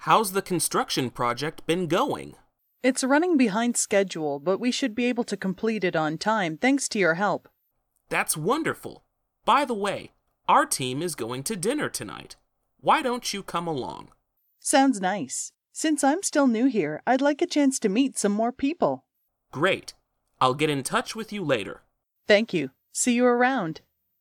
How's the construction project been going? It's running behind schedule, but we should be able to complete it on time thanks to your help. That's wonderful. By the way, our team is going to dinner tonight. Why don't you come along? Sounds nice. Since I'm still new here, I'd like a chance to meet some more people. Great. I'll get in touch with you later. Thank you. See you around.